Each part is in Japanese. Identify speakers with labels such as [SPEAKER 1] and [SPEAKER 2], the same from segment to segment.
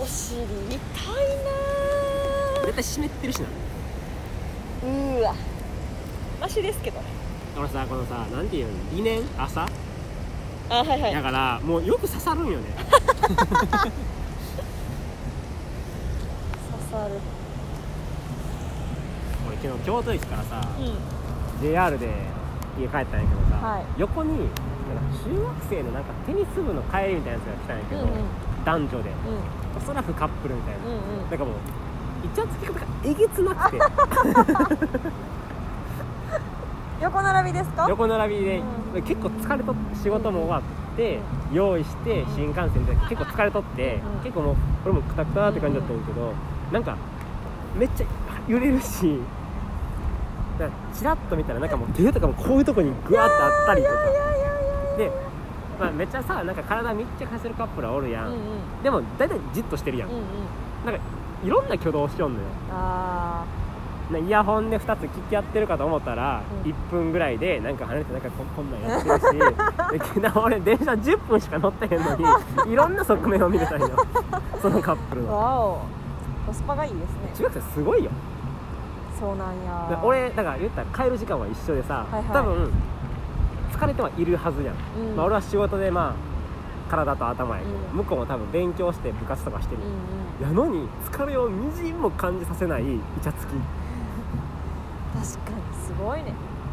[SPEAKER 1] お尻痛い
[SPEAKER 2] 絶対湿ってるしな
[SPEAKER 1] なーうわマシですけどね
[SPEAKER 2] 俺さこのさなんていうの理念朝
[SPEAKER 1] あはいはい
[SPEAKER 2] だからもうよく刺さるんよね
[SPEAKER 1] 刺さる
[SPEAKER 2] 俺昨日京都駅からさ、
[SPEAKER 1] うん
[SPEAKER 2] JR で家帰ったんやけどさ、
[SPEAKER 1] はい
[SPEAKER 2] 横になんか中学生のなんかテニス部の帰りみたいなやつが来たんやけど、
[SPEAKER 1] うんうん
[SPEAKER 2] 男女で
[SPEAKER 1] うん
[SPEAKER 2] おそらくカップルみたいな、
[SPEAKER 1] うんうん
[SPEAKER 2] なんかもう一応つき方がえげつなくて
[SPEAKER 1] 横並びですか
[SPEAKER 2] 横並びで、
[SPEAKER 1] うん
[SPEAKER 2] 結構疲れとって仕事も終わって、用意して新幹線で結構疲れとって、
[SPEAKER 1] うん
[SPEAKER 2] 結構もうこれもクタクタって感じだったんやけど、なんかめっちゃ揺れるしなんかチラッと見たらなんかもう手とかもこういうとこにグワッとあったりとかで、まあ、めっちゃさなんか体密着させるカップルはおるや
[SPEAKER 1] うん
[SPEAKER 2] ん、
[SPEAKER 1] うんうん
[SPEAKER 2] でも大体じっとしてるやん、
[SPEAKER 1] うん
[SPEAKER 2] なんかいろんな挙動しよんのよ
[SPEAKER 1] あ
[SPEAKER 2] なイヤホンで2つ聞き合ってるかと思ったら、
[SPEAKER 1] うん
[SPEAKER 2] 1分ぐらいでなんか離れてなんかここんなんやって るしで昨日俺電車10分しか乗ってへんのにいろんな側面を見れた んよそのカップル
[SPEAKER 1] ー
[SPEAKER 2] の
[SPEAKER 1] わおコスパがいいです
[SPEAKER 2] 中
[SPEAKER 1] ね
[SPEAKER 2] 学生すごいよ
[SPEAKER 1] そうなんや
[SPEAKER 2] 俺だから言ったら帰る時間は一緒でさ、
[SPEAKER 1] はいはい
[SPEAKER 2] 多分疲れてはいるはずやん、
[SPEAKER 1] うん
[SPEAKER 2] まあ、俺は仕事でまあ体と頭やけど、
[SPEAKER 1] うん
[SPEAKER 2] 向こうも多分勉強して部活とかしてる
[SPEAKER 1] うん、うん
[SPEAKER 2] やのに疲れをみじんも感じさせないイチャつ
[SPEAKER 1] 確
[SPEAKER 2] き
[SPEAKER 1] かにすごいね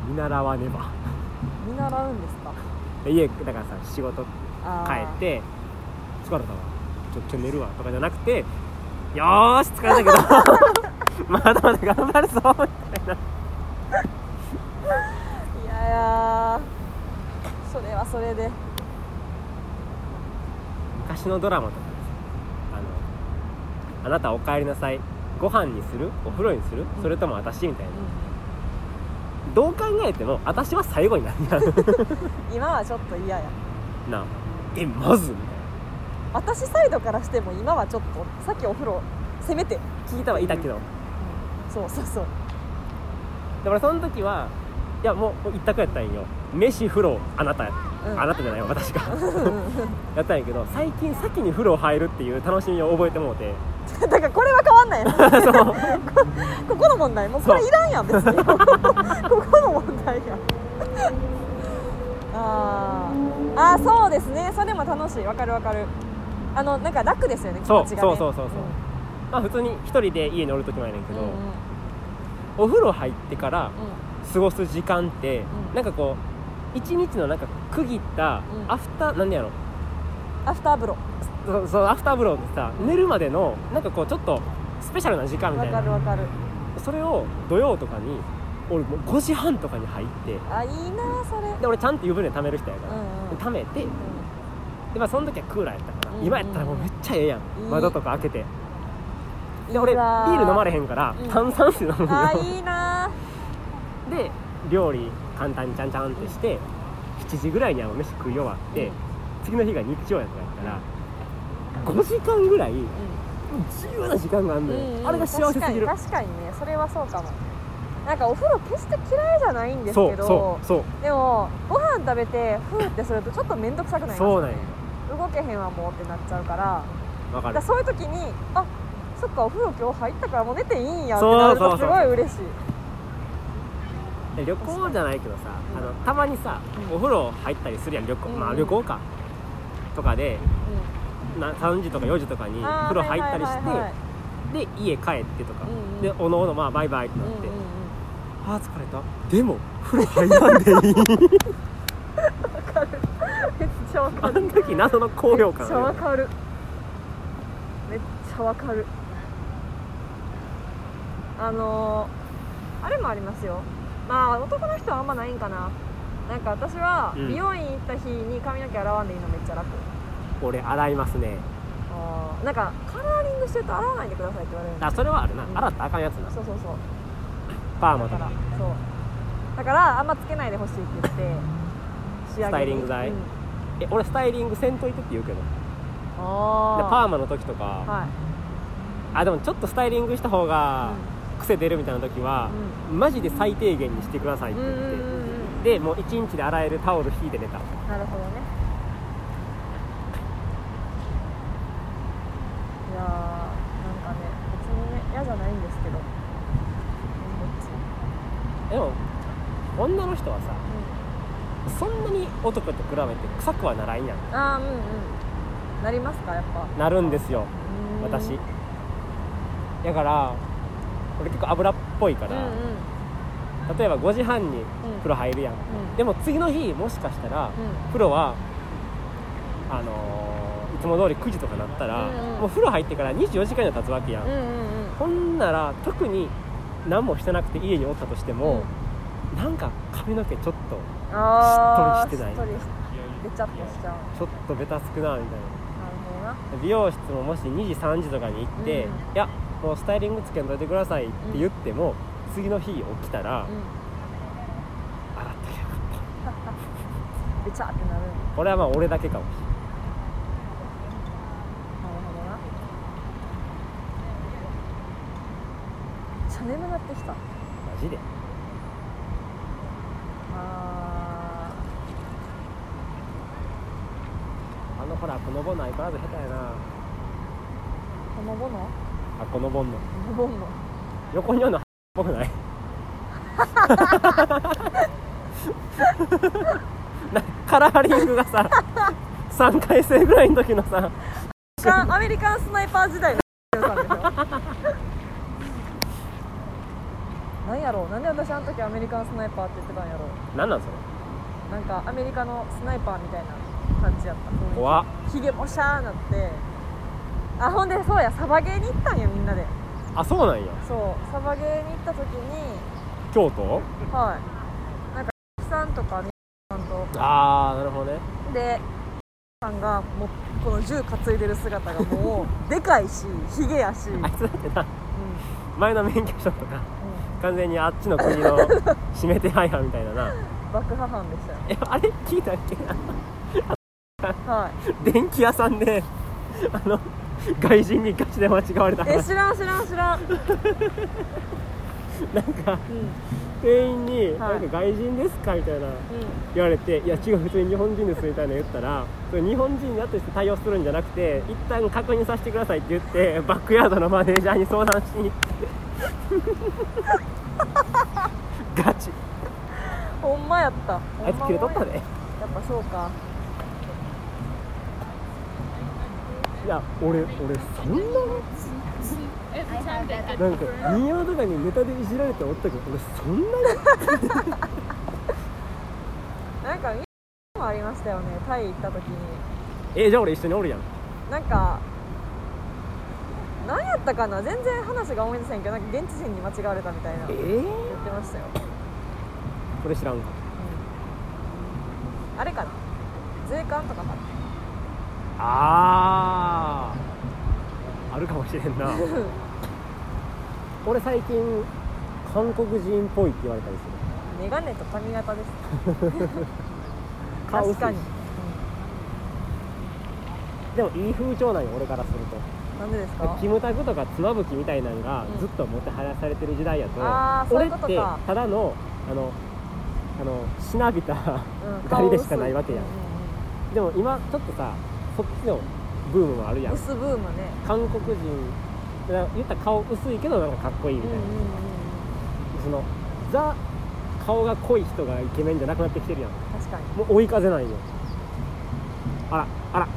[SPEAKER 2] 見習わねば
[SPEAKER 1] 見習うんですか
[SPEAKER 2] で家だからさ仕事帰
[SPEAKER 1] あー
[SPEAKER 2] って疲れたわちょっと寝るわとかじゃなくてよーし疲れたけど まだまだ頑張るぞみたいない
[SPEAKER 1] やいやそれはそれで
[SPEAKER 2] 昔のドラマとかでさあの「あなたお帰りなさい」ご飯にするお風呂にするそれとも私みたいなどう考えても私は最後になる やん
[SPEAKER 1] 今はちょっと嫌や
[SPEAKER 2] なあえまずみたいな
[SPEAKER 1] 私サイドからしても今はちょっとさっきお風呂せめて、
[SPEAKER 2] 聞いたはいたけど
[SPEAKER 1] そうそう そう
[SPEAKER 2] だからその時はいやもうもう一択やったんよ飯風呂あなた、
[SPEAKER 1] ん
[SPEAKER 2] あなたじゃないわ私がやったんやけど最近先に風呂入るっていう楽しみを覚えてもうて
[SPEAKER 1] だからこれは変わんないな
[SPEAKER 2] そう
[SPEAKER 1] ここの問題もうこれいらんやん別 にここの問題やあーあーそうですねそれも楽しいわかるわかるあのなんか楽ですよね気
[SPEAKER 2] そ
[SPEAKER 1] 持
[SPEAKER 2] う
[SPEAKER 1] ちが、ね、
[SPEAKER 2] そうそうそうそうまあ普通に一人で家におる時もやねんけ
[SPEAKER 1] うん
[SPEAKER 2] ど、
[SPEAKER 1] うんうん
[SPEAKER 2] お風呂入ってか
[SPEAKER 1] う
[SPEAKER 2] ら
[SPEAKER 1] ん
[SPEAKER 2] 過ごす時間って、
[SPEAKER 1] うん
[SPEAKER 2] なんかこう一日のなんか区切った
[SPEAKER 1] うん
[SPEAKER 2] アフター、なん、何やろ
[SPEAKER 1] アフター風呂
[SPEAKER 2] そそのアフター風呂ってさ寝るまでのなんかこうちょっとスペシャルな時間み
[SPEAKER 1] わ
[SPEAKER 2] たい
[SPEAKER 1] かる
[SPEAKER 2] な
[SPEAKER 1] わかる
[SPEAKER 2] それを土曜とかに俺もう5時半とかに入って
[SPEAKER 1] あいいなそれ
[SPEAKER 2] で俺ちゃんと湯船貯める人やか
[SPEAKER 1] う
[SPEAKER 2] ら、
[SPEAKER 1] んうん
[SPEAKER 2] 貯めてで、まあ、その時はクーラーやったから、
[SPEAKER 1] うんうん
[SPEAKER 2] 今やったらもうめっちゃええやん、
[SPEAKER 1] いい
[SPEAKER 2] 窓とか開けて
[SPEAKER 1] うん
[SPEAKER 2] で俺
[SPEAKER 1] いい
[SPEAKER 2] ビ
[SPEAKER 1] わ
[SPEAKER 2] ール飲まれへんから、
[SPEAKER 1] うん
[SPEAKER 2] 炭酸水飲むの
[SPEAKER 1] あ
[SPEAKER 2] よ
[SPEAKER 1] いいな
[SPEAKER 2] で料理簡単にちゃんちゃんってして7時ぐらいにはもう飯食い終わって、
[SPEAKER 1] うん
[SPEAKER 2] 次の日が日曜やったから5時間ぐらい自由な時間があんのよ、あれが幸せすぎる
[SPEAKER 1] 確かに確かにねそれはそうかもなんかお風呂決して嫌いじゃないんです
[SPEAKER 2] そ
[SPEAKER 1] け
[SPEAKER 2] う
[SPEAKER 1] ど
[SPEAKER 2] そうそう
[SPEAKER 1] でもご飯食べてふーってするとちょっと面倒くさくない
[SPEAKER 2] そうなんよ
[SPEAKER 1] 動けへんわもうってなっちゃうから
[SPEAKER 2] わか
[SPEAKER 1] だ
[SPEAKER 2] る
[SPEAKER 1] からそういう時にあそっかお風呂今日入ったからもう寝ていいんやって
[SPEAKER 2] そう
[SPEAKER 1] なると
[SPEAKER 2] そう
[SPEAKER 1] す
[SPEAKER 2] そう
[SPEAKER 1] ごい嬉しい
[SPEAKER 2] 旅行じゃないけどさ
[SPEAKER 1] う
[SPEAKER 2] あ
[SPEAKER 1] ん
[SPEAKER 2] のたまにさ、
[SPEAKER 1] うん
[SPEAKER 2] お風呂入ったりするやん旅行、
[SPEAKER 1] うん
[SPEAKER 2] まあ旅行かとかでな3時とか4時とかに
[SPEAKER 1] あー
[SPEAKER 2] 風呂入ったりして、
[SPEAKER 1] はいはいはいはい
[SPEAKER 2] で家帰ってとか、
[SPEAKER 1] うんうん
[SPEAKER 2] でおのおのまあバイバイってな
[SPEAKER 1] うん
[SPEAKER 2] って、
[SPEAKER 1] うんうん
[SPEAKER 2] ああ疲れたでも風呂入らんで いい
[SPEAKER 1] めっちゃわか
[SPEAKER 2] あ
[SPEAKER 1] る
[SPEAKER 2] の時謎の高揚
[SPEAKER 1] めっ
[SPEAKER 2] 感
[SPEAKER 1] ちゃ
[SPEAKER 2] あ
[SPEAKER 1] わ
[SPEAKER 2] る
[SPEAKER 1] かるめっちゃわかるあのーあれもありますよまあ男の人はあんまないんかななんか私は
[SPEAKER 2] うん
[SPEAKER 1] 美容院行った日に髪の毛洗わんでいいのめっちゃ楽
[SPEAKER 2] 俺洗いますね
[SPEAKER 1] あーなんかカラーリングしてると洗わないでくださいって言われるんで
[SPEAKER 2] あそれはあるな
[SPEAKER 1] うん
[SPEAKER 2] 洗ったらあかんやつな
[SPEAKER 1] そうそうそう
[SPEAKER 2] パーマ
[SPEAKER 1] だ
[SPEAKER 2] と
[SPEAKER 1] から
[SPEAKER 2] か
[SPEAKER 1] そうだからあんまつけないでほしいって言って仕上げに
[SPEAKER 2] スタイリング剤
[SPEAKER 1] うん
[SPEAKER 2] え俺スタイリングせんといてって言うけどでパ
[SPEAKER 1] あ
[SPEAKER 2] ーマの時とか、
[SPEAKER 1] あはい
[SPEAKER 2] あでもちょっとスタイリングした方が癖出るみたいな時は、マジで最低限にしてくださいっ
[SPEAKER 1] うん
[SPEAKER 2] て
[SPEAKER 1] うんう
[SPEAKER 2] 言っ
[SPEAKER 1] ん
[SPEAKER 2] て、
[SPEAKER 1] うん
[SPEAKER 2] でもう1日で洗えるタオル引いて寝た
[SPEAKER 1] なるほどねいやないんですけどどっち
[SPEAKER 2] でも女の人はさ
[SPEAKER 1] う
[SPEAKER 2] そんなに男と比べて臭くはならんやん
[SPEAKER 1] んああうんうんなりますかやっぱ
[SPEAKER 2] なるんですよ
[SPEAKER 1] うーん
[SPEAKER 2] 私だから俺結構油っぽいか
[SPEAKER 1] うんう
[SPEAKER 2] ら、
[SPEAKER 1] んうん
[SPEAKER 2] 例えば5時半に風呂入るやん
[SPEAKER 1] うん
[SPEAKER 2] でも次の日もしかしたら風呂はあのーいつも通り9時とかなったら、
[SPEAKER 1] うんうん
[SPEAKER 2] もう風呂入ってから24時間が経つわけやん、
[SPEAKER 1] うんうんうんうん
[SPEAKER 2] ほんなら特に何もしてなくて家におったとしても、なんか髪の毛ちょっと
[SPEAKER 1] あー
[SPEAKER 2] しっとりしてない
[SPEAKER 1] しっとりしべちゃっとしちゃう
[SPEAKER 2] ちょっとベタつくなみたい
[SPEAKER 1] なるほどな
[SPEAKER 2] な美容室ももし2時3時とかに行って、
[SPEAKER 1] うん
[SPEAKER 2] いやもうスタイリングつけんといてくださいって言っても、次の日起きたら、
[SPEAKER 1] う
[SPEAKER 2] 洗ってきゃよかった
[SPEAKER 1] んべちゃってなるなる
[SPEAKER 2] これはまあ俺だけかもしれない
[SPEAKER 1] ほどなめっちゃ眠なってきた
[SPEAKER 2] マジで
[SPEAKER 1] あ
[SPEAKER 2] あのほらこのボンの相変わらず下手やな
[SPEAKER 1] ーこのボノ
[SPEAKER 2] あこのボンの
[SPEAKER 1] このボノ
[SPEAKER 2] 横にあるのっぽくないなカラーリングがさ3回生ぐらいの時の
[SPEAKER 1] ア
[SPEAKER 2] さ
[SPEAKER 1] メリカンアメリカンスナイパー時代のさんですよなんやろうなんで私あの時アメリカンスナイパーって言ってたんやろう
[SPEAKER 2] 何なんそれ
[SPEAKER 1] なんかアメリカのスナイパーみたいな感じやった
[SPEAKER 2] 怖っ
[SPEAKER 1] ひげもしゃーなってあほんでそうやサバゲーに行ったんよみんなで
[SPEAKER 2] あそうなんや
[SPEAKER 1] そうサバゲーに行った時に
[SPEAKER 2] 京都
[SPEAKER 1] はいなんかさんとかみさんと
[SPEAKER 2] ああなるほどね
[SPEAKER 1] でさんがもうこの銃担いでる姿がもうでかい しひげやし、うんう
[SPEAKER 2] あいつだってな前の免許証とか
[SPEAKER 1] ん、
[SPEAKER 2] 完全にあっちの国 の指名手配犯みたいだな
[SPEAKER 1] 爆破犯でしたよ
[SPEAKER 2] えあれ聞いたっけな
[SPEAKER 1] はい
[SPEAKER 2] 電気屋さんであの外人にガチで間違われた
[SPEAKER 1] え
[SPEAKER 2] 話
[SPEAKER 1] 知らん知らん知らん、うん、
[SPEAKER 2] なんか
[SPEAKER 1] うん
[SPEAKER 2] 店員に「
[SPEAKER 1] は
[SPEAKER 2] ないんか外人ですか?」みたいな言われて「いや違う普通に日本人です」みたいな言ったら「それ日本人だとして対応するんじゃなくて一旦確認させてください」って言ってバックヤードのマネージャーに相談しに 行ってガチ
[SPEAKER 1] ほんまやった
[SPEAKER 2] あいつ切れとった
[SPEAKER 1] ほんま
[SPEAKER 2] で、
[SPEAKER 1] ややっぱそうか
[SPEAKER 2] いや俺俺そんな
[SPEAKER 3] Every time that I
[SPEAKER 2] なんか民謡とかにネタでいじられておったけど俺そんなに
[SPEAKER 1] なんかみんなもありましたよねタイ行った時に
[SPEAKER 2] えじゃあ俺一緒におるやん
[SPEAKER 1] なんか何やったかな全然話が思い出せんけどなんか現地人に間違われたみたいな
[SPEAKER 2] え
[SPEAKER 1] 言っ
[SPEAKER 2] ー、
[SPEAKER 1] てましたよ、
[SPEAKER 2] これ知らんか
[SPEAKER 1] うんあれかな税関とかかな
[SPEAKER 2] あああるかもしれんな 俺最近韓国人っぽいって言われたりする
[SPEAKER 1] 眼鏡と髪型です
[SPEAKER 2] 顔
[SPEAKER 1] 確
[SPEAKER 2] 薄い
[SPEAKER 1] かに、
[SPEAKER 2] でもいい風潮なんよ俺からすると
[SPEAKER 1] うん、なんでですか
[SPEAKER 2] キムタクとかつまぶきみたいなのが
[SPEAKER 1] うん
[SPEAKER 2] ずっともてはやされてる時代やと、
[SPEAKER 1] あーそうい
[SPEAKER 2] 俺
[SPEAKER 1] うこと
[SPEAKER 2] っ
[SPEAKER 1] か
[SPEAKER 2] てただのあのあのしなびた
[SPEAKER 1] うん
[SPEAKER 2] ガリでしかないわけやん
[SPEAKER 1] 顔薄
[SPEAKER 2] でも今ちょっとさそっちのブームもあるやん
[SPEAKER 1] いうんうんうん、薄ブームね
[SPEAKER 2] 韓国人な言ったら顔薄いけどなんかかっこいいみ
[SPEAKER 1] う
[SPEAKER 2] た
[SPEAKER 1] ん
[SPEAKER 2] い
[SPEAKER 1] う
[SPEAKER 2] な、
[SPEAKER 1] んうん
[SPEAKER 2] そのザ顔が濃い人がイケメンじゃなくなってきてるやん
[SPEAKER 1] 確かに
[SPEAKER 2] もう追い風ないよあらあら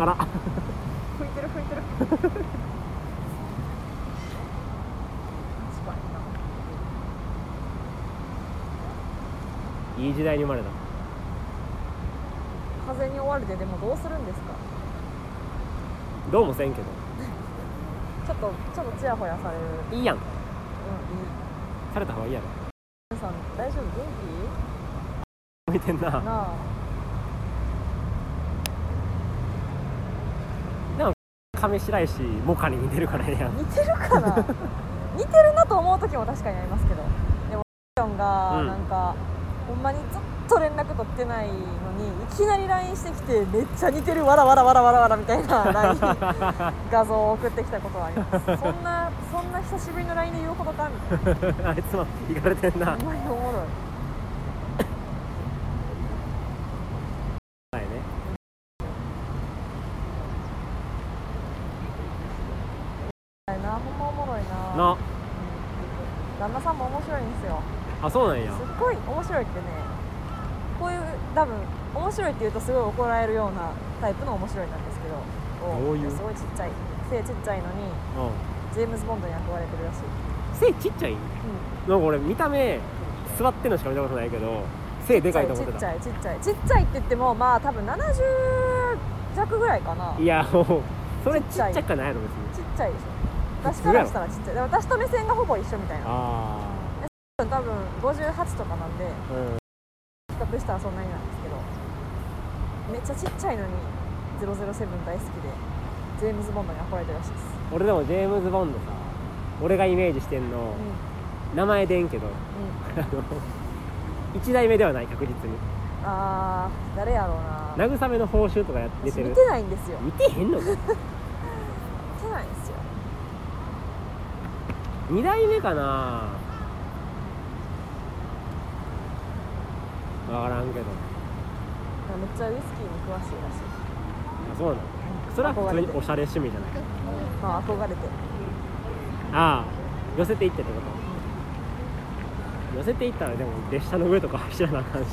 [SPEAKER 2] あら
[SPEAKER 1] 吹いてる吹いてる 確かにない
[SPEAKER 2] い時代に生まれた
[SPEAKER 1] 風に追われてでもどうするんですか
[SPEAKER 2] どうもせんけ
[SPEAKER 1] ちょっとちょっとちやほやされる
[SPEAKER 2] どいいやん
[SPEAKER 1] うんいい
[SPEAKER 2] された方がいいやろ
[SPEAKER 1] 皆さん大丈夫元
[SPEAKER 2] 向いてん
[SPEAKER 1] 気
[SPEAKER 2] な
[SPEAKER 1] なあ
[SPEAKER 2] 上白石モカに似てるからええやん
[SPEAKER 1] 似てるかな似てるなと思う時も確かにありますけどでもジョンが
[SPEAKER 2] うん
[SPEAKER 1] なんか、ほんまにずっと連絡取ってないのにいきなり LINE してきてめっちゃ似てるわらわらわらわらわらみたい な LINE 画像を送ってきたことはありますそんなそんな久しぶりの LINE で言うことかみたいな
[SPEAKER 2] あいつも行かれてんな
[SPEAKER 1] ほんまにおもろい
[SPEAKER 2] はいね
[SPEAKER 1] なほんまおもろいな
[SPEAKER 2] な
[SPEAKER 1] 旦那さんも面白いんですよ
[SPEAKER 2] あそうなんや
[SPEAKER 1] すっごい面白いってねこういう多分面白いって言うとすごい怒られるようなタイプの面白いなんですけどこ
[SPEAKER 2] どういう
[SPEAKER 1] すごいちっちゃい背ちっちゃいのに
[SPEAKER 2] う
[SPEAKER 1] ジェームズ・ボンドに憧れてるらしい、
[SPEAKER 2] ん背ちっちゃいなんか俺見た目座ってんのしか見たことないけど背でかいと思って
[SPEAKER 1] ちっち
[SPEAKER 2] た
[SPEAKER 1] ゃいちっちゃいちっちゃいって言ってもまあ多分70弱ぐらいかない
[SPEAKER 2] やもうそれ
[SPEAKER 1] ち
[SPEAKER 2] ち
[SPEAKER 1] っ
[SPEAKER 2] っ
[SPEAKER 1] ち
[SPEAKER 2] ち
[SPEAKER 1] ゃい
[SPEAKER 2] ゃくはないやろ別に
[SPEAKER 1] ちっちゃいでしょ私からしたらちっちゃいでも私と目線がほぼ一緒みたいな
[SPEAKER 2] あ
[SPEAKER 1] 多分58とかなんで
[SPEAKER 2] あうん
[SPEAKER 1] 比較したらそんなになんですけどめっちゃちっちゃいのに007大好きでジェームズ・ボンドに憧れてるらしいです、
[SPEAKER 2] 俺でもジェームズ・ボンドさ俺がイメージしてんの
[SPEAKER 1] うん
[SPEAKER 2] 名前でんけど
[SPEAKER 1] うん、
[SPEAKER 2] 1代目ではない確実に
[SPEAKER 1] あー誰やろうな
[SPEAKER 2] 慰めの報酬とかやっ
[SPEAKER 1] 私
[SPEAKER 2] てる
[SPEAKER 1] 見てないんですよ
[SPEAKER 2] 見てへ んのか
[SPEAKER 1] 見てないんですよ
[SPEAKER 2] 2代目かな分からんけ
[SPEAKER 1] めっ
[SPEAKER 2] ど
[SPEAKER 1] ちゃウイスキーに詳しいらしい
[SPEAKER 2] あそうなのそれは普通におしゃれ趣味じゃない
[SPEAKER 1] まあ憧れて
[SPEAKER 2] ああ寄せていってってこと寄せていったらでも列車の上とか走らなあかんし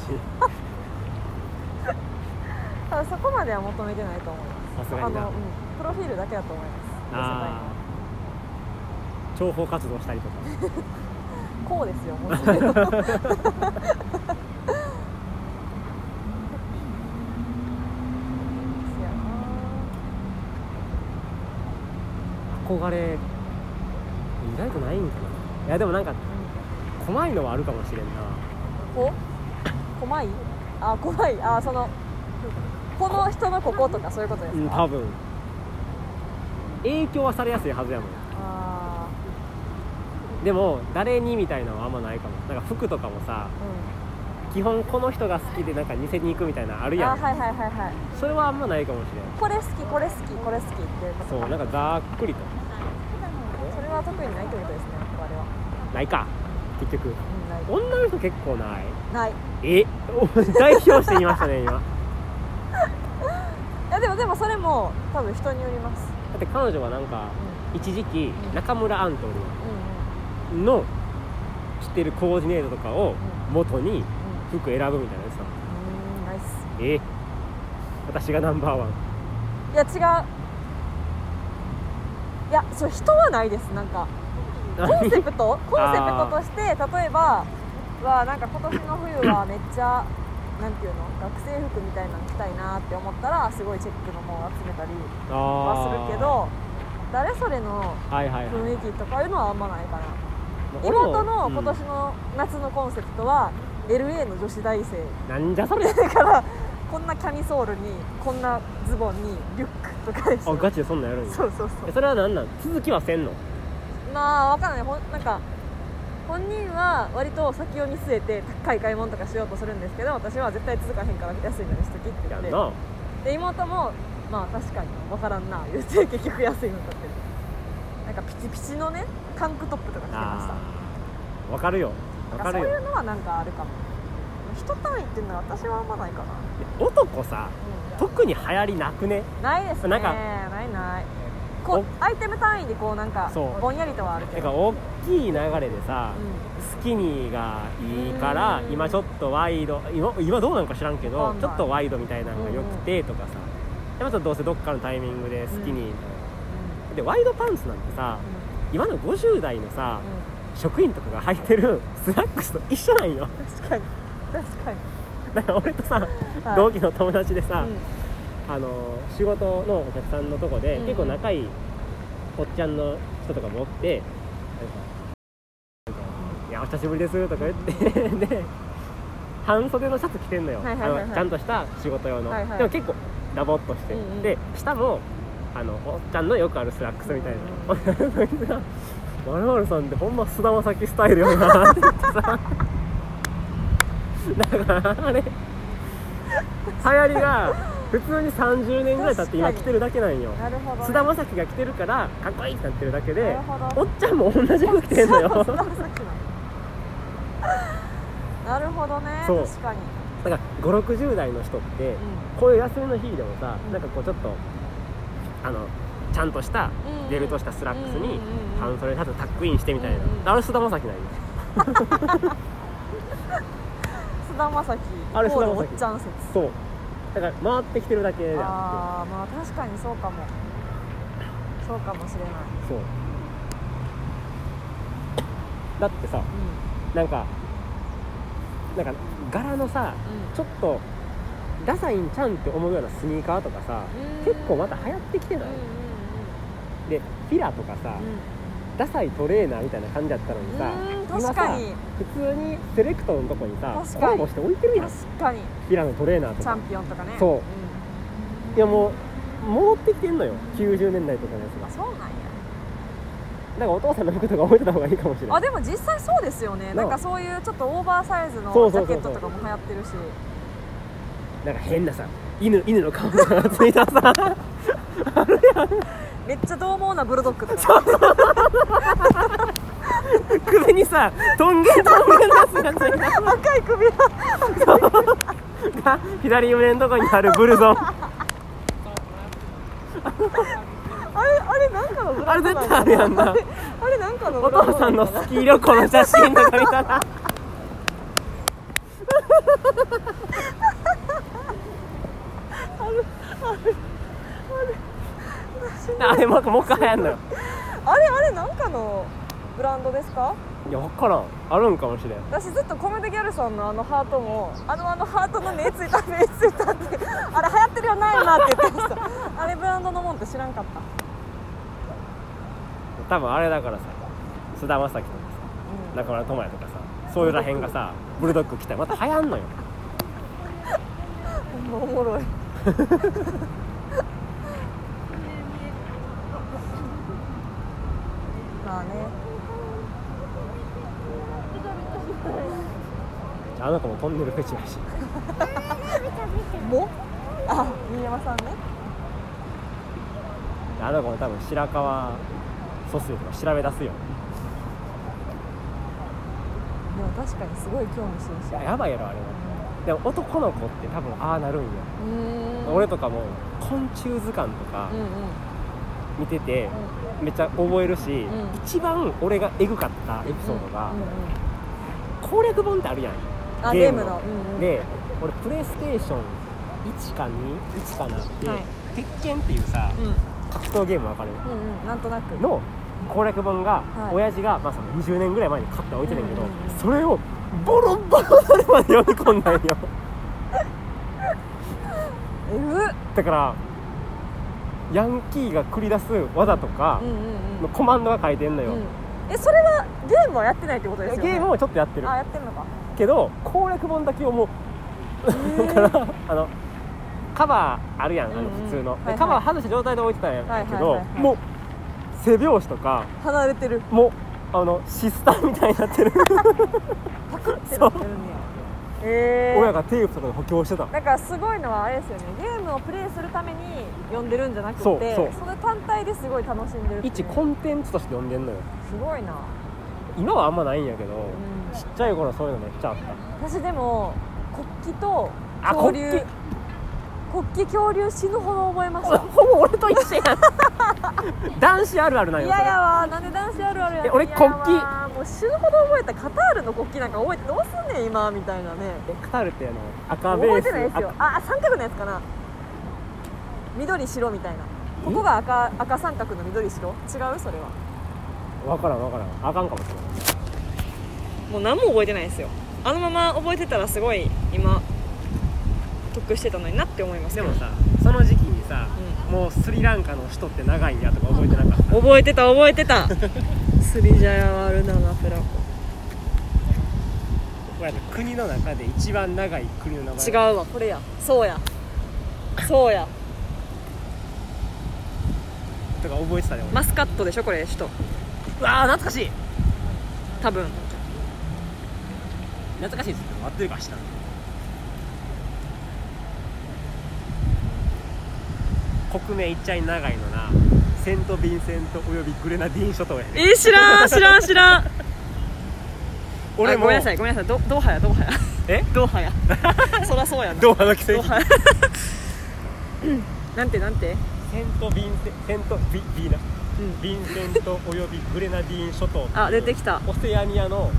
[SPEAKER 1] ただそこまでは求めてないと思います
[SPEAKER 2] さすがにな
[SPEAKER 1] の、うん、プロフィールだけだと思いま
[SPEAKER 2] ああ諜報活動したりとか
[SPEAKER 1] すこうですよもちろん せやな
[SPEAKER 2] 憧れ意外とないんかないやでもなんか怖いのはあるかもしれんな
[SPEAKER 1] ここまいあこまいあそのこの人のこことかそういうことです
[SPEAKER 2] うん
[SPEAKER 1] か、
[SPEAKER 2] 多分影響はされやすいはずやもん
[SPEAKER 1] あ
[SPEAKER 2] でも誰にみたいなのはあんまないかもなんか服とかもさ
[SPEAKER 1] ーう
[SPEAKER 2] 基本この人が好きでなんか偽に行くみたいなのある
[SPEAKER 1] ん
[SPEAKER 2] や
[SPEAKER 1] あ
[SPEAKER 2] ん、
[SPEAKER 1] はいはいはいはい
[SPEAKER 2] それはあんまないかもしれん
[SPEAKER 1] これ好きこれ好きこれ好きっていうこと
[SPEAKER 2] そう
[SPEAKER 1] か
[SPEAKER 2] なんかざっくりと
[SPEAKER 1] それは特にないってことですね我々は、
[SPEAKER 2] ないか結局
[SPEAKER 1] うん、ない
[SPEAKER 2] 女の人結構ない
[SPEAKER 1] ないい
[SPEAKER 2] え お代表して言いましたね今だ
[SPEAKER 1] やでもでもそれも多分人によります
[SPEAKER 2] って彼女はなんか
[SPEAKER 1] う
[SPEAKER 2] 一時期
[SPEAKER 1] うん
[SPEAKER 2] 中村アント
[SPEAKER 1] んうんうん
[SPEAKER 2] ニーの知ってるコーディネートとかを元に服選ぶみたいなやつさ
[SPEAKER 1] うんうんナイス
[SPEAKER 2] え私がナンバーワン
[SPEAKER 1] いや違ういやそう人はないですなんかコンセプトコンセプトとして例えばはなんか今年の冬はめっちゃなんていうの学生服みたいなの着たいなって思ったらすごいチェックのものを集めたりは
[SPEAKER 2] あー
[SPEAKER 1] するけど誰それの
[SPEAKER 2] はいはいはい
[SPEAKER 1] 雰囲気とかいうのはあんまないかな
[SPEAKER 2] 俺も
[SPEAKER 1] 妹の今年
[SPEAKER 2] うん
[SPEAKER 1] の夏のコンセプトは LA の女子大 生
[SPEAKER 2] なんじゃそれ
[SPEAKER 1] だからこんなキャミソールにこんなズボンにリュックとかでし
[SPEAKER 2] あ
[SPEAKER 1] ょ
[SPEAKER 2] ガチでそんなんやるんや
[SPEAKER 1] そうそうそ
[SPEAKER 2] え
[SPEAKER 1] う
[SPEAKER 2] それは何なん続きはせんの
[SPEAKER 1] まあわかんないほんなんか本人は割と先を見据えて高い買い物とかしようとするんですけど私は絶対続かへんから安いのにしときって言
[SPEAKER 2] や
[SPEAKER 1] っ
[SPEAKER 2] ん
[SPEAKER 1] て
[SPEAKER 2] な
[SPEAKER 1] で妹もまあ確かにわからんな言って結局安いの買ってるなんかピチピチのねタンクトップとか着てました
[SPEAKER 2] あーわかるよ
[SPEAKER 1] な
[SPEAKER 2] わか
[SPEAKER 1] んか
[SPEAKER 2] る
[SPEAKER 1] そ
[SPEAKER 2] よ
[SPEAKER 1] ういうのはなんかあるかも人単位っていうのは私はあんまないかな、
[SPEAKER 2] 男さ特に流行りなくね
[SPEAKER 1] ないですね
[SPEAKER 2] なんか
[SPEAKER 1] ないないこうアイテム単位でこうなんか
[SPEAKER 2] そう
[SPEAKER 1] ぼんやりとはある
[SPEAKER 2] な
[SPEAKER 1] け
[SPEAKER 2] んか
[SPEAKER 1] ど
[SPEAKER 2] 大きい流れでさ
[SPEAKER 1] う、ん
[SPEAKER 2] スキニーがいいから
[SPEAKER 1] うん
[SPEAKER 2] 今ちょっとワイド今今どうなんか知らんけ
[SPEAKER 1] わかん
[SPEAKER 2] ど
[SPEAKER 1] ない
[SPEAKER 2] ちょっとワイドみたいなのが良くてとかさでまたどうせどっかのタイミングでスキニーみたいなでワイドパンツなんてさ今の50代のさ
[SPEAKER 1] うん
[SPEAKER 2] 職員とかが履いてるスラックスと一緒なんよ
[SPEAKER 1] うん確かに確かに
[SPEAKER 2] だから俺とさ
[SPEAKER 1] はい
[SPEAKER 2] 同期の友達でさ
[SPEAKER 1] うん
[SPEAKER 2] あの仕事のお客さんのとこで
[SPEAKER 1] うん
[SPEAKER 2] 結構仲いいおっちゃんの人とかもおって「いやお久しぶりです」とか言ってで半袖のシャツ着てんのよ
[SPEAKER 1] はいはいはいはい
[SPEAKER 2] あのちゃんとした仕事用の
[SPEAKER 1] はいはい
[SPEAKER 2] でも結構ダボっとして
[SPEAKER 1] うんうん
[SPEAKER 2] で下もあのおっちゃんのよくあるスラックス みたいなそいつが「まるまるさんってほんま菅田将暉スタイルよな」って言ってさだからあれ流行りが普通に30年ぐらい経って今来てるだけなんよ
[SPEAKER 1] なるほど、ね、
[SPEAKER 2] 菅田将暉が来てるからかっこいいってなってるだけ
[SPEAKER 1] な
[SPEAKER 2] で
[SPEAKER 1] るほ
[SPEAKER 2] お
[SPEAKER 1] ど
[SPEAKER 2] っちゃんも同じ服着てんのよ
[SPEAKER 1] そう
[SPEAKER 2] だ
[SPEAKER 1] そう菅田
[SPEAKER 2] か
[SPEAKER 1] 将暉なのなるほど ね
[SPEAKER 2] そう
[SPEAKER 1] 確かに、
[SPEAKER 2] ら560代の人って
[SPEAKER 1] うん
[SPEAKER 2] こういう休みの日でもさ
[SPEAKER 1] うん
[SPEAKER 2] なんかこうちょっとあのちゃんとしたベルトしたスラックスに半袖シャツタックインしてみたいな、
[SPEAKER 1] うんうん
[SPEAKER 2] あれ菅田将暉ないよ
[SPEAKER 1] 菅田将暉
[SPEAKER 2] あれ菅田将暉
[SPEAKER 1] おっちゃん説
[SPEAKER 2] そうだから回ってきてるだけであ
[SPEAKER 1] ああまあ確かにそうかもそうかもしれない、
[SPEAKER 2] ってそうだってさ
[SPEAKER 1] う
[SPEAKER 2] なんかなんか柄のさ
[SPEAKER 1] ん
[SPEAKER 2] ちょっとダサいんちゃうんって思うようなスニーカーとかさ
[SPEAKER 1] うん、
[SPEAKER 2] 結構また流行ってきて
[SPEAKER 1] うん
[SPEAKER 2] な
[SPEAKER 1] う
[SPEAKER 2] い
[SPEAKER 1] ん、
[SPEAKER 2] でフィラとかさ、ダサいトレーナーみたいな感じだったのにさ
[SPEAKER 1] うんうん
[SPEAKER 2] 今さ
[SPEAKER 1] 確かに
[SPEAKER 2] 普通にセレクトのとこにさ
[SPEAKER 1] 確かに
[SPEAKER 2] コラボして置いてるやんフ
[SPEAKER 1] 確かに
[SPEAKER 2] ィラのトレーナーと
[SPEAKER 1] チャ
[SPEAKER 2] か
[SPEAKER 1] ンピオンとかね
[SPEAKER 2] そうんいやもう戻ってきてんのよ90年代とかのやつが
[SPEAKER 1] あそうなんや
[SPEAKER 2] だからお父さんの服とか置いてた方がいいかもしれな
[SPEAKER 1] あ
[SPEAKER 2] い
[SPEAKER 1] でも実際そうですよねな
[SPEAKER 2] なあ
[SPEAKER 1] んかそういうちょっとオーバーサイズのジ
[SPEAKER 2] そうそうそう
[SPEAKER 1] ャケットとかも流行ってるし
[SPEAKER 2] なんか変なさ犬犬の顔がついたさ
[SPEAKER 1] めっちゃ獰猛なブルドッグと かね
[SPEAKER 2] 首にさトンゲトンゲのやつがついた
[SPEAKER 1] 赤い首輪
[SPEAKER 2] が左胸のとこにあるブルゾン
[SPEAKER 1] あれあれなんかのブランドなん
[SPEAKER 2] あれ絶対あるやん
[SPEAKER 1] あ
[SPEAKER 2] な
[SPEAKER 1] れあれなんかの
[SPEAKER 2] お
[SPEAKER 1] ブランド
[SPEAKER 2] 父さんの
[SPEAKER 1] なか
[SPEAKER 2] スキー旅行の写真とか見たらあれもうもう一回流行んのよ
[SPEAKER 1] なあれあれなんかのブランドですか
[SPEAKER 2] いや分からんあるんかもしれん
[SPEAKER 1] 私ずっとコメデギャルさんのあのハートもあのあのハートの目ついた目ついたってあれ流行ってるよな今って言ってましたあれブランドのもんって知らんかった
[SPEAKER 2] 多分あれだからさ菅田将暉とかさ中村倫也とかさそういうらへんがさブルドッグ来たらまた流行んのよ
[SPEAKER 1] ほんまおもろい まあね
[SPEAKER 2] あの子もトンネルフェチらしい
[SPEAKER 1] もあ新山さんね
[SPEAKER 2] あの子も多分白川疎水とか調べ出すよ
[SPEAKER 1] でも確かにすごい興味津
[SPEAKER 2] いや
[SPEAKER 1] 々
[SPEAKER 2] やばいやろあれはでも男の子って多分ああなるんよ、
[SPEAKER 1] うーん
[SPEAKER 2] 俺とかも昆虫図鑑とか
[SPEAKER 1] うんうん
[SPEAKER 2] 見てて、めっちゃ覚えるし、
[SPEAKER 1] ん
[SPEAKER 2] 一番俺がエグかったエピソードが、
[SPEAKER 1] うんうん
[SPEAKER 2] 攻略本ってあるやん
[SPEAKER 1] あゲームのうんうん
[SPEAKER 2] で俺プレイステーション1か21かなって、
[SPEAKER 1] はい
[SPEAKER 2] 鉄拳っていうさ
[SPEAKER 1] うん
[SPEAKER 2] 格闘ゲームわかる
[SPEAKER 1] うんうんなんとなく
[SPEAKER 2] の攻略本が、
[SPEAKER 1] はい
[SPEAKER 2] 親父が、まあ、その20年ぐらい前に買って置いてたんやけど、
[SPEAKER 1] うんうんうん
[SPEAKER 2] それをボロボロになるまで読み込んだんよ
[SPEAKER 1] えぐっ
[SPEAKER 2] だからヤンキーが繰り出す技とか
[SPEAKER 1] うんうんうん
[SPEAKER 2] のコマンドが書いてんのよ、
[SPEAKER 1] うん、えそれはゲームはやってないってことですよね
[SPEAKER 2] ゲームもちょっとやってる
[SPEAKER 1] あやってんのか
[SPEAKER 2] けど攻略本だけをもう
[SPEAKER 1] へ
[SPEAKER 2] だからあのカバーあるやんあの
[SPEAKER 1] うんうん
[SPEAKER 2] 普通の、で
[SPEAKER 1] はいはい
[SPEAKER 2] カバー外した状態で置いてたんやけど、
[SPEAKER 1] はいはいはいはい
[SPEAKER 2] もう背拍子とか
[SPEAKER 1] ー離れてる
[SPEAKER 2] もうあのシスターみたいになってる
[SPEAKER 1] パクって
[SPEAKER 2] そ
[SPEAKER 1] な
[SPEAKER 2] う
[SPEAKER 1] ってるんや えー、
[SPEAKER 2] 親がテープとかで補強してた
[SPEAKER 1] だからすごいのはあれですよねゲームをプレイするために読んでるんじゃなくて
[SPEAKER 2] そ
[SPEAKER 1] そう
[SPEAKER 2] そう
[SPEAKER 1] れ単体ですごい楽しんでるっていう
[SPEAKER 2] 一コンテンツとして読んでんのよ
[SPEAKER 1] すごいな、
[SPEAKER 2] 今はあんまないんやけど、
[SPEAKER 1] うん
[SPEAKER 2] ちっちゃい頃そういうのめっちゃあった
[SPEAKER 1] 私でも国旗と
[SPEAKER 2] あ
[SPEAKER 1] 恐竜
[SPEAKER 2] 国旗
[SPEAKER 1] 国旗恐竜死ぬほど覚えまし
[SPEAKER 2] ほ
[SPEAKER 1] た
[SPEAKER 2] ほぼ俺と一緒やん 男子あるあるなんよ
[SPEAKER 1] 嫌
[SPEAKER 2] それ
[SPEAKER 1] やわなんで男子あるあるやねん
[SPEAKER 2] え俺
[SPEAKER 1] 嫌や
[SPEAKER 2] 国旗
[SPEAKER 1] わもう死ぬほど覚えたカタールの国旗なんか覚えてどうすんねん今みたいなね
[SPEAKER 2] えカタールってあの赤ベ
[SPEAKER 1] 覚
[SPEAKER 2] ー
[SPEAKER 1] え
[SPEAKER 2] ス
[SPEAKER 1] てないですよあ三角のやつかな緑白みたいなここが赤赤三角の緑白違うそれは
[SPEAKER 2] 分からん分からんあかんかもしれない
[SPEAKER 1] もう何も覚えてないですよあのまま覚えてたらすごい今得してたのになって思います
[SPEAKER 2] で
[SPEAKER 1] けど
[SPEAKER 2] もさその時期にさ、もうスリランカの首都って長いんやとか覚えてなかった
[SPEAKER 1] 覚えてた覚えて たスリジャヤワルナナフラコ
[SPEAKER 2] これ国の中で一番長い国の名前
[SPEAKER 1] 違うわこれやそうやそうや
[SPEAKER 2] とか覚えてたで俺、
[SPEAKER 1] マスカットでしょこれ首都
[SPEAKER 2] うわあ懐かしい
[SPEAKER 1] 多分
[SPEAKER 2] 懐かしいっつっても合ってるか知らん国名いっちゃい長いのなセント・ヴィンセントおよびグレナディーン諸島やね
[SPEAKER 1] えー、知らん知らん知らん
[SPEAKER 2] 俺
[SPEAKER 1] あ
[SPEAKER 2] も
[SPEAKER 1] ごめんなさいごめんなさいドドーハやドーハや
[SPEAKER 2] え
[SPEAKER 1] ドーハ やそらそうやな
[SPEAKER 2] ドーハの奇跡
[SPEAKER 1] ドーハなんてなんて
[SPEAKER 2] セント・ヴィンセセント・ビビーナ
[SPEAKER 1] うん
[SPEAKER 2] ヴィンセントおよびグレナディーン諸島っていう
[SPEAKER 1] あ出てきた
[SPEAKER 2] オセアニアの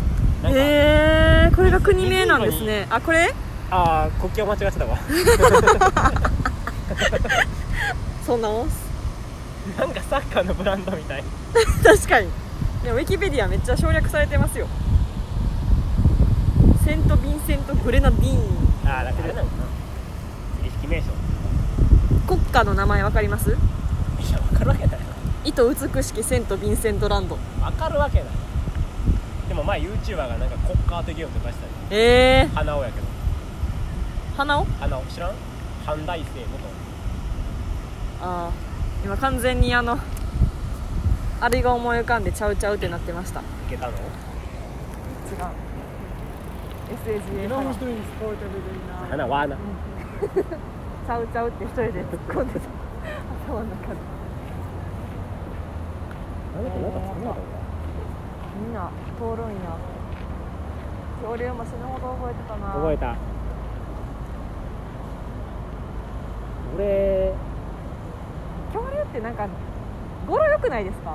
[SPEAKER 2] なんか、
[SPEAKER 1] えー、これが国名なんですねあこれ
[SPEAKER 2] ああ国境間違ってたわ
[SPEAKER 1] そんなもんっす
[SPEAKER 2] なんかサッカーのブランドみたい
[SPEAKER 1] 確かにでもウィキペディアめっちゃ省略されてますよセント・ヴィンセント・グレナディーン
[SPEAKER 2] ああだからあれなのかな正式名称
[SPEAKER 1] 国家の名前わかります
[SPEAKER 2] いや分かるわけない
[SPEAKER 1] 糸美しきセント・ヴィンセントランド
[SPEAKER 2] わかるわけないでも前 YouTuber がなんかコッカーとゲームとかしたり
[SPEAKER 1] え
[SPEAKER 2] 花尾やけど
[SPEAKER 1] ー、花を
[SPEAKER 2] 花尾知らん半大生元
[SPEAKER 1] ああ今完全にあのあれが思い浮かんでちゃうちゃうってなってました違う
[SPEAKER 2] いけたの
[SPEAKER 1] SAGA からち
[SPEAKER 2] 花はな
[SPEAKER 1] ゃうちゃうって一人で突っ込んでた 頭の中で
[SPEAKER 2] なんだっけなんかそんなのか
[SPEAKER 1] みんな通るんや恐竜も死ぬほど覚えてたな
[SPEAKER 2] な覚えた俺
[SPEAKER 1] 恐竜ってなんか語呂良くないですか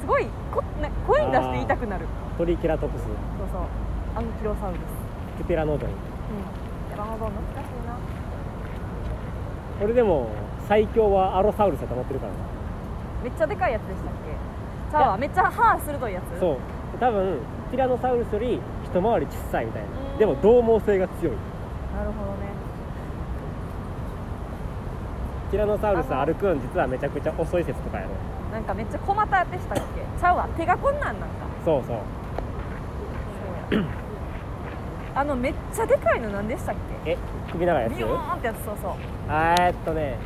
[SPEAKER 1] すごいこな声に出して言いたくなる
[SPEAKER 2] トリケラトプス
[SPEAKER 1] そうそうアンキロサウルスう
[SPEAKER 2] プテラノドン
[SPEAKER 1] んなるほど難しいな
[SPEAKER 2] 俺でも最強はアロサウルスだと思ってるからな
[SPEAKER 1] めっちゃでかいやつでしたっけちゃうわめっちゃ歯鋭いやつ
[SPEAKER 2] そう多分ティラノサウルスより一回り小さいみたい
[SPEAKER 1] うん
[SPEAKER 2] なでも獰猛性が強い
[SPEAKER 1] なるほどね
[SPEAKER 2] ティラノサウルス歩くん実はめちゃくちゃ遅い説とかやろ
[SPEAKER 1] なんかめっちゃ小股でしたっけちゃうわ手がこんなんなんか
[SPEAKER 2] そうそう
[SPEAKER 1] そうやあのめっちゃでかいのなんでしたっけ
[SPEAKER 2] え首長いやつ
[SPEAKER 1] ビヨーンってやつそうそう
[SPEAKER 2] あーえっとね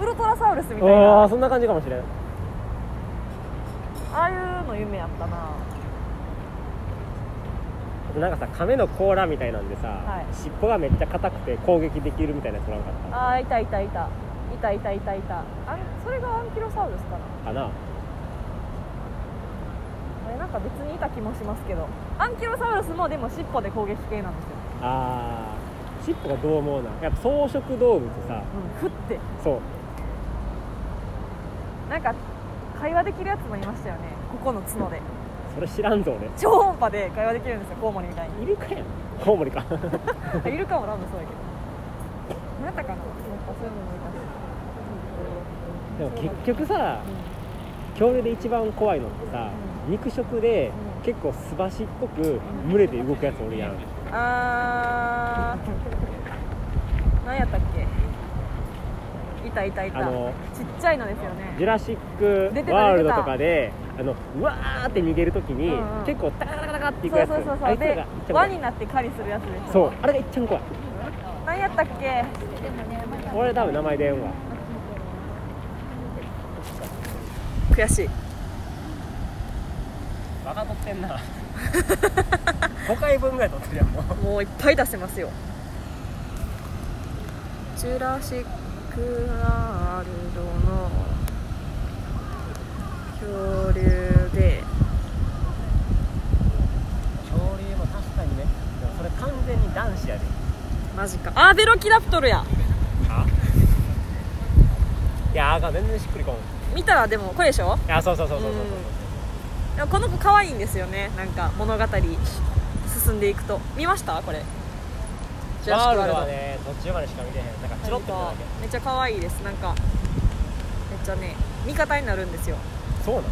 [SPEAKER 1] ウルトラサウルスみたい
[SPEAKER 2] あ
[SPEAKER 1] な
[SPEAKER 2] あそんな感じかもしれん
[SPEAKER 1] ああいうの夢やったな
[SPEAKER 2] なんかさ亀の甲羅みたいなんでさ、
[SPEAKER 1] はい
[SPEAKER 2] 尻尾がめっちゃ硬くて攻撃できるみたいなやつおらんかっ
[SPEAKER 1] ああいたいたいたいたいたいたいたあんそれがアンキロサウルスかな
[SPEAKER 2] たかな
[SPEAKER 1] あれなんか別にいた気もしますけどアンキロサウルスもでも尻尾で攻撃系なんですよ、
[SPEAKER 2] あー尻尾が獰猛なやっぱ草食動物
[SPEAKER 1] う
[SPEAKER 2] さ
[SPEAKER 1] ん、ふって
[SPEAKER 2] そう
[SPEAKER 1] なんか会話できるやつもいましたよねここの角で
[SPEAKER 2] それ知らんぞ俺
[SPEAKER 1] 超音波で会話できるんですよコウモリみたいに
[SPEAKER 2] イルカやんコウモリか
[SPEAKER 1] あイルカもラブそうやけど何やったかななんかそういうのもいたし
[SPEAKER 2] でも結局さ恐竜で一番怖いのってさ肉食で
[SPEAKER 1] うん
[SPEAKER 2] 結構すばしっこく群れて動くやつおるやん
[SPEAKER 1] うんあー何やったっけいたいたいた
[SPEAKER 2] あの
[SPEAKER 1] ちっちゃいのですよね
[SPEAKER 2] ジュラシ
[SPEAKER 1] 出
[SPEAKER 2] ッ
[SPEAKER 1] て
[SPEAKER 2] ク・
[SPEAKER 1] た
[SPEAKER 2] ワールド
[SPEAKER 1] 出てた
[SPEAKER 2] とかであのうわーって逃げるときに、
[SPEAKER 1] うんうん
[SPEAKER 2] 結構タカタカタカっていく
[SPEAKER 1] そう
[SPEAKER 2] やつ
[SPEAKER 1] そうそう
[SPEAKER 2] あ
[SPEAKER 1] そう
[SPEAKER 2] いつら
[SPEAKER 1] で
[SPEAKER 2] が一番怖
[SPEAKER 1] 輪
[SPEAKER 2] い
[SPEAKER 1] になって狩りするやつです
[SPEAKER 2] そうあれがいっちゃん怖い
[SPEAKER 1] 何やったっけ
[SPEAKER 2] 俺多分名前出んわ
[SPEAKER 1] 悔しい
[SPEAKER 2] バカ取ってん な5回分ぐらい取ってるやんもう
[SPEAKER 1] もういっぱい出してますよジュラシック・ワールドの恐竜で
[SPEAKER 2] 恐竜も確かにねでもそれ完全に男子やで
[SPEAKER 1] マジかあーベロキラプトルや
[SPEAKER 2] いやーが全然しっくりこんい
[SPEAKER 1] 見たらでもこれでしょ
[SPEAKER 2] やそうそうそうそうそう
[SPEAKER 1] でもこの子可愛いんですよねなんか物語進んでいくと見ましたこれ
[SPEAKER 2] そうワールドはね途中までしか見てへんなんかチロッと見ただけ
[SPEAKER 1] めっちゃ可愛いですなんかめっちゃね味方になるんですよ、
[SPEAKER 2] そうなの
[SPEAKER 1] う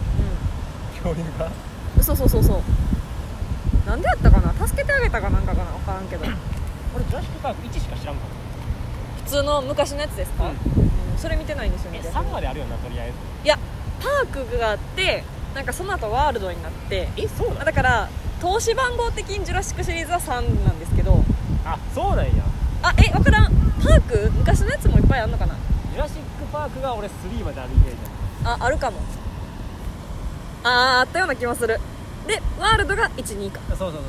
[SPEAKER 2] 恐竜が
[SPEAKER 1] ん、そうそうそうそうなんでやったかな助けてあげたかなんかかな分からんけど
[SPEAKER 2] 俺ジュラシック・パーク1しか知らんもん
[SPEAKER 1] 普通の昔のやつですか、
[SPEAKER 2] うん
[SPEAKER 1] うんそれ見てないんですよ
[SPEAKER 2] え
[SPEAKER 1] ね
[SPEAKER 2] 3まであるよなとりあえず
[SPEAKER 1] いやパークがあってなんかその後ワールドになって
[SPEAKER 2] えそうなの
[SPEAKER 1] あだから投資番号的にジュラシックシリーズは3なんですけど
[SPEAKER 2] あそうなんや
[SPEAKER 1] あえ分からんパーク昔のやつもいっぱいあんのかな
[SPEAKER 2] ジュラシック・パークが俺3まであるイメージ
[SPEAKER 1] ああるかもあーあったような気もするでワールドが12か
[SPEAKER 2] だそうそうそうそ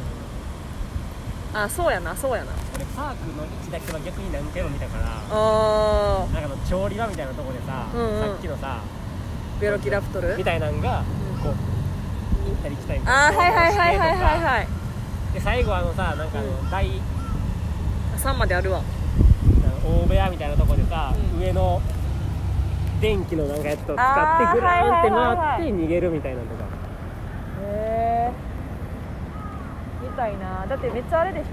[SPEAKER 2] う
[SPEAKER 1] あそうやなそうやな
[SPEAKER 2] 俺パークの1だけは逆に何回も見たから
[SPEAKER 1] あ
[SPEAKER 2] なんかあの調理場みたいなとこでさ、
[SPEAKER 1] うんうん
[SPEAKER 2] さっきのさ
[SPEAKER 1] ーベロキラプトル
[SPEAKER 2] みたいなんがこう行ったり来たりとか
[SPEAKER 1] あーはいはいはいはいはいはい
[SPEAKER 2] で最後あのさなんかあの、
[SPEAKER 1] うん
[SPEAKER 2] 大
[SPEAKER 1] 3まであるわ
[SPEAKER 2] あの大部屋みたいなとこでさ、
[SPEAKER 1] うん
[SPEAKER 2] 上の電気のなんかやつと使っ
[SPEAKER 1] あー
[SPEAKER 2] てグラ
[SPEAKER 1] はいは
[SPEAKER 2] ーンって
[SPEAKER 1] いはい
[SPEAKER 2] 回って逃げるみたいなのとか
[SPEAKER 1] へえみたいなだってめっちゃあれでしょ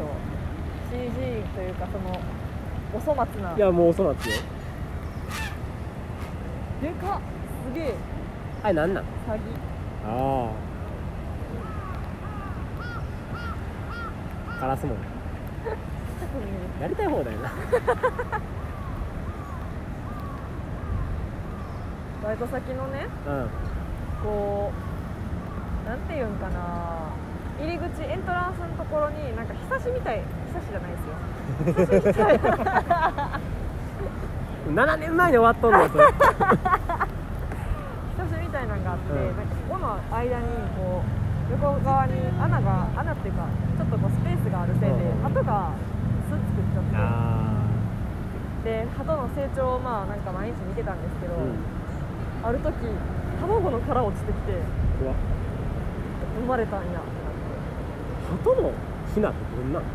[SPEAKER 1] CG というかそのお粗末ない
[SPEAKER 2] やもうお粗末よ
[SPEAKER 1] でかっすげえ
[SPEAKER 2] あれなんなん
[SPEAKER 1] 詐欺
[SPEAKER 2] ああカラスもやりたい方だよな
[SPEAKER 1] バイト先のね
[SPEAKER 2] うん
[SPEAKER 1] こうなんていうんかな入り口エントランスのところになんかひさしみたいひさしじゃないですよ
[SPEAKER 2] 7年前で終わっとんのよそれ
[SPEAKER 1] ひさしみたいなのがあって、
[SPEAKER 2] うん
[SPEAKER 1] なんかそこの間にこう横側に穴が穴っていうかちょっとこうスペースがあるせいで
[SPEAKER 2] うん
[SPEAKER 1] 鳩が巣作っちゃって
[SPEAKER 2] あ
[SPEAKER 1] で鳩の成長をまあなんか毎日見てたんですけど、
[SPEAKER 2] あうん
[SPEAKER 1] ある時卵の殻落ちてきて
[SPEAKER 2] 怖っ
[SPEAKER 1] 生まれたんやってなって
[SPEAKER 2] 鳩のヒナってどんなん
[SPEAKER 1] フ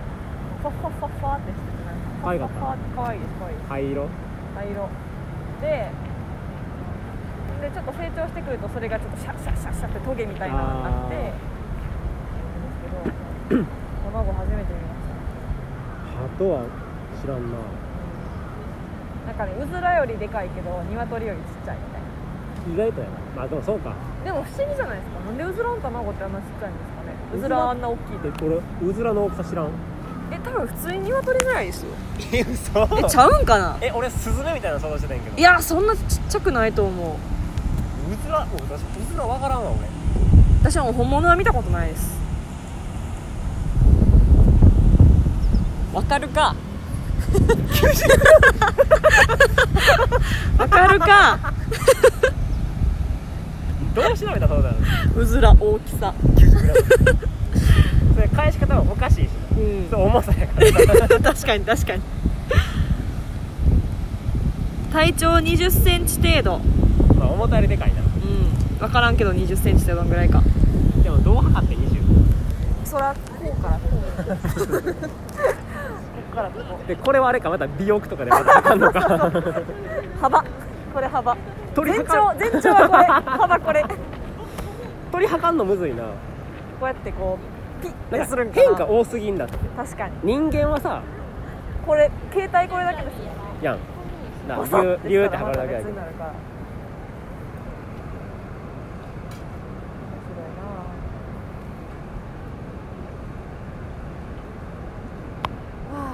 [SPEAKER 1] ァッファッファッファーってしててなんか
[SPEAKER 2] 可愛かった
[SPEAKER 1] ファッファッファーって可愛いです可愛いです
[SPEAKER 2] 灰
[SPEAKER 1] 灰色
[SPEAKER 2] 色
[SPEAKER 1] ででちょっと成長してくるとそれがちょっとシャッシャッシャッシャッってトゲみたいなのがあってなんですけど
[SPEAKER 2] あー
[SPEAKER 1] 卵初めて見ました
[SPEAKER 2] 鳩は知らんな
[SPEAKER 1] なんかねうずらよりでかいけど鶏よりちっちゃいみたいな
[SPEAKER 2] 意外とやなまあでもそうか
[SPEAKER 1] でも不思議じゃないですかなんでうずらの卵ってあんなちっちゃいんですかね
[SPEAKER 2] う
[SPEAKER 1] う
[SPEAKER 2] ずら
[SPEAKER 1] ずらあんな大きい
[SPEAKER 2] で
[SPEAKER 1] の
[SPEAKER 2] 俺うずらの大きさ知らん
[SPEAKER 1] え多分普通に鶏ぐらい ですよ
[SPEAKER 2] え嘘
[SPEAKER 1] えちゃうんかな
[SPEAKER 2] え俺スズメみたいな想像してたんやけど
[SPEAKER 1] いやそんなちっちゃくないと思う
[SPEAKER 2] うずら私うずらわからんわ俺
[SPEAKER 1] 私はもう本物は見たことないですわかるか わかるか
[SPEAKER 2] どう調べたそうだろ
[SPEAKER 1] うずら大きさ
[SPEAKER 2] それ返し方もおかしいし
[SPEAKER 1] う
[SPEAKER 2] ちょ
[SPEAKER 1] ん
[SPEAKER 2] っと重さやから
[SPEAKER 1] 確かに確かに体長2 0センチ程度
[SPEAKER 2] まあ重たりでかいな
[SPEAKER 1] うん分からんけど2 0センチってどんぐらいか
[SPEAKER 2] でもどう測って20
[SPEAKER 1] そらこうからこうこっからここ
[SPEAKER 2] でこれはあれかまた尾翼とかでまた測るのか
[SPEAKER 1] 幅これ幅
[SPEAKER 2] 鳥
[SPEAKER 1] 全
[SPEAKER 2] 測
[SPEAKER 1] 長
[SPEAKER 2] る
[SPEAKER 1] 全長はこれ幅これこ
[SPEAKER 2] 鳥測んのむずいな
[SPEAKER 1] うやってこうピッ
[SPEAKER 2] な
[SPEAKER 1] て
[SPEAKER 2] ん
[SPEAKER 1] す
[SPEAKER 2] か
[SPEAKER 1] るんかな
[SPEAKER 2] 変化多すぎんだって
[SPEAKER 1] 確かに
[SPEAKER 2] 人間はさ
[SPEAKER 1] これ携帯これだけですよ
[SPEAKER 2] やんな
[SPEAKER 1] バ
[SPEAKER 2] ビ
[SPEAKER 1] サ
[SPEAKER 2] ュービューって
[SPEAKER 1] したら
[SPEAKER 2] 測るだ
[SPEAKER 1] また別
[SPEAKER 2] けだけ
[SPEAKER 1] に
[SPEAKER 2] ど
[SPEAKER 1] なるから面白いなぁはあ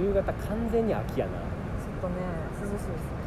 [SPEAKER 2] 夕方完全に秋やな
[SPEAKER 1] ちょっとね涼しいですね